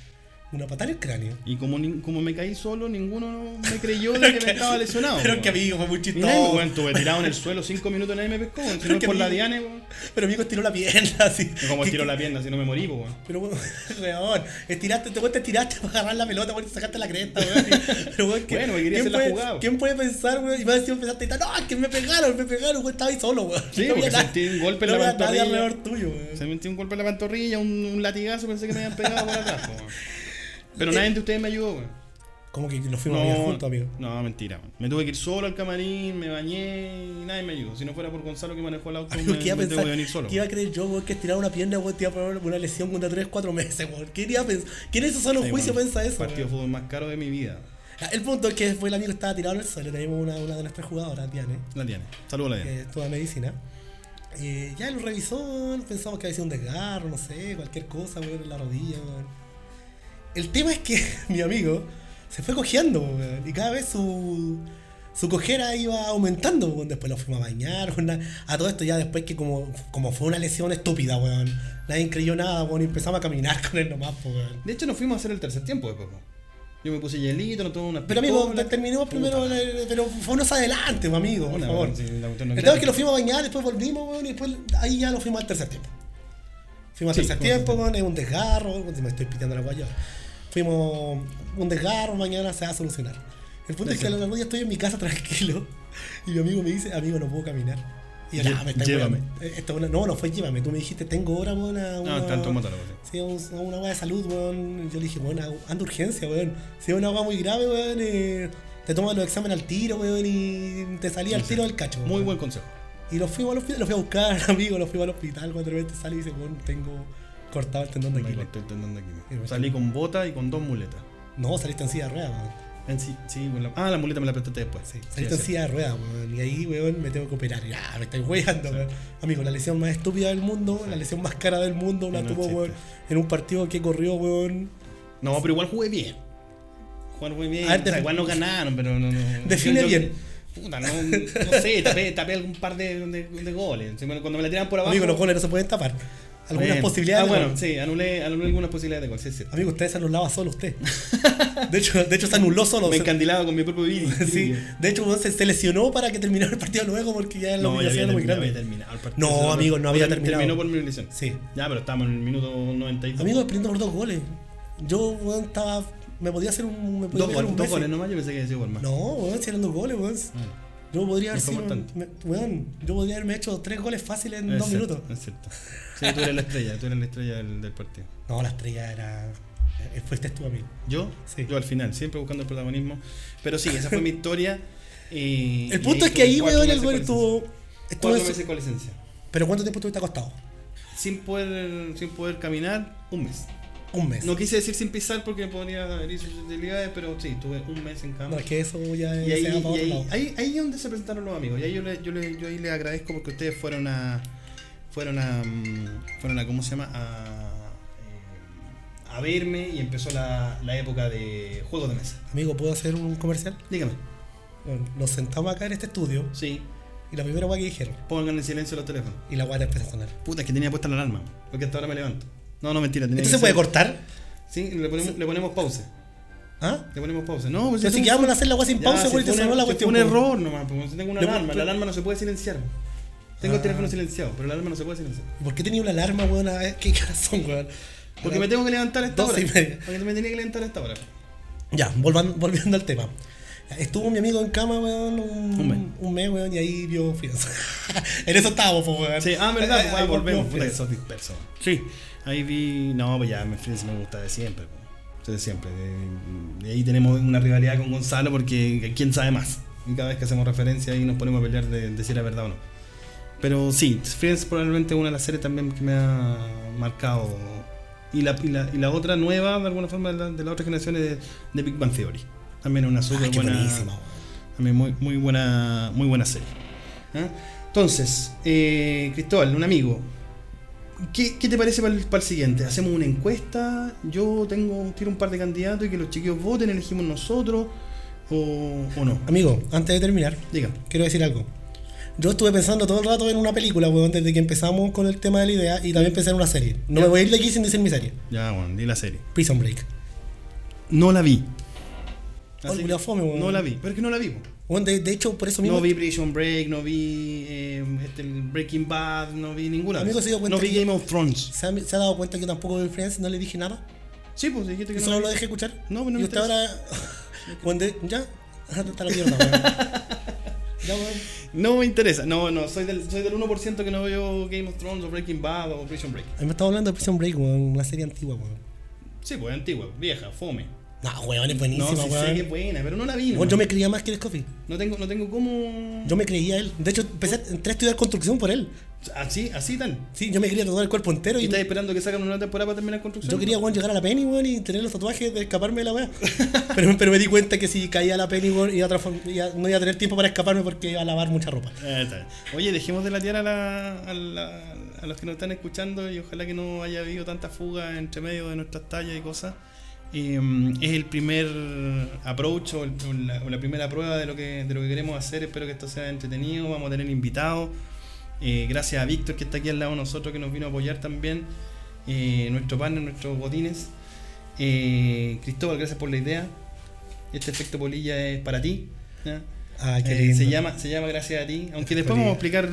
B: Una patada en el cráneo.
A: Y como, nin- como me caí solo, ninguno me creyó de que me estaba lesionado.
B: Pero que
A: weón.
B: amigo, fue muy
A: Y nadie me
B: chistoso.
A: weón, estuve tirado en el suelo cinco minutos, nadie me pescó. weón. Si
B: Pero
A: no es
B: que
A: por la
B: amigo.
A: Diane, weón.
B: Pero amigo estiró la pierna así.
A: Como
B: Que-
A: estiro la pierna, si no me morí, po, weón.
B: Pero weón, weón, estiraste, te weón, te estiraste para agarrar la pelota, weón, y te sacaste la cresta, weón. Pero weón, ¿qué-
A: Bueno, me quería
B: ¿quién
A: hacer la
B: puede,
A: jugada, weón.
B: ¿Quién puede pensar, weón? Y más encima empezaste a gritar, no, es que me pegaron, me pegaron, weón, estaba ahí solo, weón.
A: Sí,
B: no había
A: porque
B: nadie-
A: sentí un golpe
B: no
A: en la
B: había nadie
A: pantorrilla.
B: alrededor tuyo, weón.
A: Se me metió un golpe en la pantorrilla, un, un latigazo, pensé que me habían pegado por atrás, po, weón.
B: Eh,
A: Pero nadie de ustedes me ayudó, weón.
B: Como que nos fuimos a viajar juntos, amigo.
A: no, mentira. weón. Me tuve que ir solo al camarín, me bañé y nadie me ayudó. Si no fuera por Gonzalo que manejó el auto,
B: Amigo,
A: me,
B: ¿qué iba a
A: me tengo
B: pensar?
A: que venir solo.
B: ¿Qué iba a creer yo, weón, que estirar una pierna, weón, te iba a probar una lesión contra 3, 4 meses, weón? ¿Qué iba a pensar? ¿Quién en su sano
A: Sí,
B: juicio
A: weón.
B: piensa eso?
A: Partido
B: weón?
A: de fútbol más caro de mi vida.
B: Ya, El punto es que después el amigo estaba tirado en el suelo, teníamos una, una de nuestras jugadoras, Diane.
A: La Diane. Saludos a la Diane.
B: eh, toda medicina. Eh, ya lo revisó, pensamos que había sido un desgarro, no sé, cualquier cosa, weón, en la rodilla, weón. El tema es que mi amigo se fue cojeando, weón, y cada vez su, su cojera iba aumentando, weón. Después lo fuimos a bañar, weón, na- a todo esto ya después que como, como fue una lesión estúpida, weón. Nadie creyó nada, weón, y empezamos a caminar con él nomás, po, weón.
A: De hecho, nos fuimos a hacer el tercer tiempo después, po. Yo me puse hielito, nos tomamos una
B: Pero amigo, terminemos primero, eh, pero fue unos adelante, weón, amigo, por favor. El tema es que lo fuimos a bañar, después volvimos, weón, y después ahí ya lo fuimos al tercer tiempo. Fuimos al
A: Sí,
B: tercer
A: fuimos al
B: tiempo, weón, es un desgarro, weón, si me estoy piteando la guaya. Fuimos un desgarro, mañana se va a solucionar. El punto es que a la
A: Exacto.
B: noche estoy en mi casa tranquilo y mi amigo me dice, amigo, no puedo caminar. Y yo,
A: Lle-
B: "Ah, me está
A: llévame".
B: weando. Eh, esto es una- no, no fue llévame. Tú me dijiste, tengo hora, weón, a una...
A: No, tanto mátalo, po, sí.
B: Sí, un- una weá de salud, weón. Yo le dije, weón, hago- anda urgencia, weón. Si es una weá muy grave, weón, eh, te toman los exámenes al tiro, weón, y te salía al
A: Sí,
B: tiro
A: sí.
B: del cacho.
A: Muy
B: weón".
A: buen consejo.
B: Y lo fuimos al hospital, lo fui a buscar, amigo, lo fuimos al hospital. Cuando de repente sale y dice, weón, tengo cortado el tendón de
A: Me
B: Aquiles.
A: cortó el tendón de Aquiles.
B: Sí, me-
A: Salí con bota y con dos muletas.
B: No, saliste en silla de ruedas, weón.
A: En sí, sí, con la- ah, la muleta me la prestaste después. Sí,
B: Saliste en
A: sí.
B: silla de ruedas, weón. Y ahí, weón, me tengo que operar. Ya, me estoy weyando, weón. Amigo, la lesión más estúpida del mundo, la lesión más cara del mundo, la
A: No
B: tuvo,
A: existe.
B: weón, en un partido que corrió, weón.
A: No, pero igual jugué bien. Jugaron muy bien.
B: A ver,
A: O sea,
B: defi-
A: igual no ganaron, pero no. no- yo-
B: Define
A: yo-
B: bien.
A: Puta, no, no sé, tapé, tapé algún par de, de- de goles. Sí, bueno, Cuando me la tiran por abajo.
B: Amigo, los goles no se pueden tapar. Algunas
A: Bien.
B: posibilidades.
A: Ah,
B: de
A: bueno,
B: gol. Ah,
A: sí, anulé, anulé algunas posibilidades de gol, sí, es cierto.
B: Amigo, usted se anulaba solo usted. De hecho, de hecho se anuló solo.
A: Me
B: Se-
A: encandilaba con mi propio vídeo.
B: Sí, de hecho, weón, se, se lesionó para que terminara el partido luego porque ya la
A: No, ya había,
B: obligación era muy
A: terminado, había
B: grande.
A: terminado el partido.
B: No,
A: Solo-
B: amigo, no había
A: Termin-
B: terminado.
A: Terminó por mi lesión.
B: Sí.
A: Ya, pero estábamos en el minuto 92.
B: Amigos, perdiendo por dos goles. Yo, weón, estaba. Me podía hacer un. Me podía
A: dos
B: pegar
A: goles,
B: un
A: dos
B: Messi.
A: goles nomás, yo pensé que decía por más.
B: No, weón, si eran dos goles, weón.
A: Ah.
B: Yo podría haber
A: No fue
B: sido.
A: importante.
B: me- weón, yo podría haberme hecho tres goles fáciles en
A: Es
B: dos
A: cierto,
B: minutos.
A: Es cierto. Sí, tú eres la estrella, tú eres la estrella del, del partido.
B: No, la estrella era. eh, Fuiste tú, amigo.
A: Yo,
B: Sí.
A: yo al final, siempre buscando el protagonismo. Pero sí, esa fue mi historia. eh,
B: El
A: y
B: punto es que
A: estuve
B: ahí,
A: cuatro
B: weón, el
A: meses
B: weón
A: con
B: estuvo.
A: licencia.
B: estuvo
A: Cuatro
B: en su-
A: meses con licencia.
B: Pero ¿cuánto tiempo estuviste acostado?
A: Sin poder, sin poder caminar, un mes.
B: Un mes.
A: No quise decir sin pisar porque podría haber sus utilidades, pero sí, tuve un mes en cama.
B: No, es que eso ya
A: Y ahí,
B: se va para
A: y
B: otro
A: ahí-
B: lado.
A: ahí- ahí es donde se presentaron los amigos. Y ahí yo, le, yo, le- yo ahí les agradezco porque ustedes fueron a. Fueron a. mm, Fueron a. ¿Cómo se llama? A. eh, A verme y empezó la, la época de juegos de mesa.
B: Amigo, ¿puedo hacer un comercial?
A: Dígame.
B: Bueno, nos sentamos acá en este estudio
A: Sí.
B: y la primera weá que dijeron,
A: Pongan en silencio los teléfonos.
B: y la guata empieza a sonar.
A: Puta, es que tenía puesta la alarma. Porque hasta ahora me levanto. No, no, mentira. Tenía que
B: ¿Esto se puede
A: ser-
B: cortar?
A: Sí, le ponemos, le ponemos pausa.
B: ¿Ah?
A: Le ponemos pausa. No, pues
B: Pero si
A: tengo-
B: quedamos en hacer la weá sin
A: Ya,
B: pausa,
A: si
B: güey, te
A: fue un
B: sonó
A: er-
B: la
A: si
B: cuestión. pues.
A: fue un
B: güey.
A: error nomás, porque si tengo una
B: Le-
A: alarma. La
B: le-
A: alarma no se puede silenciar. Tengo el
B: Ah.
A: teléfono silenciado, pero la alarma no se puede silenciar.
B: ¿Por qué tenía una alarma, weón? A ver, ¿Qué razón, weón?
A: Porque me tengo que levantar a esta hora.
B: Doce y media.
A: Porque me tenía que levantar a esta hora.
B: Ya, volvan- volviendo al tema. Estuvo mi amigo en cama, weón, un,
A: Un mes.
B: un mes, weón, y ahí vio Friends. en eso estábamos, pues, weón.
A: Sí, ah, verdad, pues,
B: Ahí
A: ahí volvemos. Puta
B: vio
A: que
B: Friends.
A: sos disperso. Sí, ahí vi. No, pues ya, me Friends me gusta de siempre. pues. Desde siempre. De, de ahí tenemos una rivalidad con Gonzalo porque quién sabe más. Y cada vez que hacemos referencia ahí nos ponemos a pelear de, de si era verdad o no. Pero sí, Friends probablemente es una de las series también que me ha marcado. Y la, y la, y la otra nueva, de alguna forma, de la, de la otra generación es de, de Big Bang Theory. También es una
B: Ah,
A: súper
B: qué
A: buena.
B: buenísima, weón.
A: También muy, muy, buena, muy buena serie. ¿Ah? Entonces, eh, Cristóbal, un amigo, ¿qué, qué te parece para el, para el siguiente? ¿Hacemos una encuesta? Yo tengo tiro un par de candidatos y que los chiquillos voten, elegimos nosotros, o, o no.
B: Amigo, antes de terminar,
A: Diga.
B: quiero decir algo. Yo estuve pensando todo el rato en una película, weón, desde que empezamos con el
A: Mm.
B: tema de la idea y también pensé en una serie. No me voy a ir de aquí sin decir mi serie.
A: Ya, bueno, di la serie.
B: Prison Break.
A: no la vi.
B: Oh,
A: Así
B: culiao
A: que
B: fome, weón.
A: No la vi, pero es que no la vi. po.
B: Bueno, de, de hecho, por eso mismo.
A: No vi Prison Break, no vi eh, este, el Breaking Bad, no vi ninguna. de
B: Amigo,
A: esas.
B: se dio cuenta
A: no vi
B: que-
A: Game of Thrones.
B: ¿Se ha, se ha dado cuenta que yo tampoco veo Friends? No le dije nada.
A: Sí, pues dijiste que
B: Y
A: no.
B: solo
A: la
B: lo
A: vi.
B: dejé escuchar.
A: No, pues no
B: Y
A: me
B: usted ahora. cuando ya. Hasta la mierda, weón. ya, weón.
A: No me interesa. No, no, soy del, soy del 1% que no veo Game of Thrones o Breaking Bad o Prison Break.
B: A mí me estaba hablando de Prison Break, weón. Una serie antigua, weón.
A: Sí, pues antigua, vieja, fome.
B: No, weón, es
A: No,
B: buenísima,
A: sí sé
B: weón.
A: que es buena, pero no la vi.
B: Weón,
A: nomás.
B: yo me creía más que el Coffee.
A: No tengo, no tengo cómo.
B: Yo me creía él. De hecho, empecé, entré a estudiar construcción por él.
A: Así, así tan.
B: Sí, yo me quería tatuar el cuerpo entero
A: ¿Y
B: y
A: estás esperando que sacan una temporada para terminar construcción?
B: yo quería weón, llegar a la Penny weón, y tener los tatuajes de escaparme de la weá. pero, pero me di cuenta que si caía a la Penny weón, iba a transform- iba- no iba a tener tiempo para escaparme porque iba a lavar mucha ropa.
A: Ah, está bien. Oye, dejemos de latear a, la- a, la- a los que nos están escuchando y ojalá que no haya habido tanta fuga entre medio de nuestras tallas y cosas. Eh, es el primer approach o, el- o la, o la primera prueba de lo, que, de lo que queremos hacer. Espero que esto sea entretenido. Vamos a tener invitados. Eh, gracias a Víctor que está aquí al lado de nosotros, que nos vino a apoyar también. Eh, nuestro partner, nuestros botines. Eh, Cristóbal, gracias por la idea. Este efecto polilla es para ti. ¿ya?
B: Ay, Ah, qué
A: Eh,
B: lindo.
A: se llama se llama gracias a ti aunque
B: Efecto
A: después vamos a explicar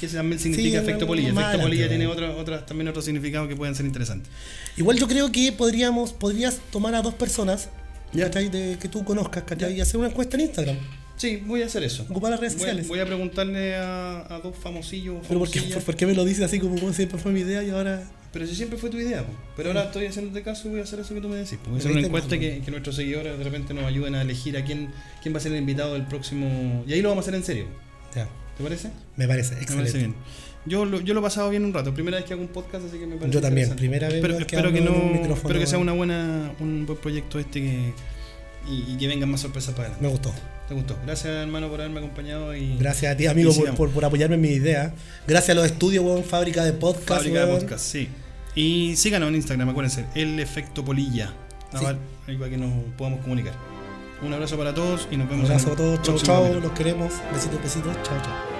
A: qué también significa
B: Sí,
A: efecto
B: no,
A: polilla efecto
B: más adelante,
A: polilla tiene
B: vamos.
A: otros otras también otros significados que pueden ser interesantes
B: Igual yo creo que podríamos, podrías tomar a dos personas
A: Ya.
B: ¿cachai? de- que tú conozcas ¿cachai?
A: Ya.
B: y hacer una encuesta en Instagram.
A: sí voy a hacer eso voy,
B: Ocupar las redes
A: a-
B: sociales.
A: voy a preguntarle a, a dos famosillos
B: Pero ¿por qué,
A: famosillas.
B: por- por qué me lo dices así como, como siempre fue mi idea y ahora...
A: pero si siempre fue tu idea po. pero ahora estoy haciéndote caso y voy a hacer eso que tú me decís po. voy a hacer
B: Pero este
A: una
B: ahí
A: encuesta
B: está el
A: que, que nuestros seguidores de repente nos ayuden a elegir a quién quién va a ser el invitado del próximo y ahí lo vamos a hacer en serio
B: Ya,
A: ¿te parece?
B: me parece,
A: Me parece
B: excelente.
A: bien yo lo, yo lo he pasado bien un rato primera vez que hago un podcast así que me parece
B: Yo también,
A: interesante.
B: primera vez
A: Espero,
B: weón,
A: espero que
B: hablo en
A: no,
B: un micrófono,
A: espero que sea
B: weón.
A: una buena, un buen proyecto este que, y, y que vengan más sorpresas para adelante.
B: Me gustó.
A: Te gustó. Gracias hermano por haberme acompañado y
B: Gracias a ti, amigo,
A: Y
B: por,
A: sigamos.
B: por- por apoyarme en mi idea. Gracias a los estudios, weón, fábrica de podcast.
A: fábrica de
B: weón.
A: podcast, sí. Y síganos en Instagram, acuérdense, el efecto polilla. Ah,
B: Sí.
A: vale, Ahí para que nos podamos comunicar. Un abrazo para todos y nos
B: Un
A: vemos. en
B: abrazo
A: el
B: a todos, chao,
A: próximo
B: chao,
A: capítulo.
B: los queremos. Besitos, besitos, chao, chao.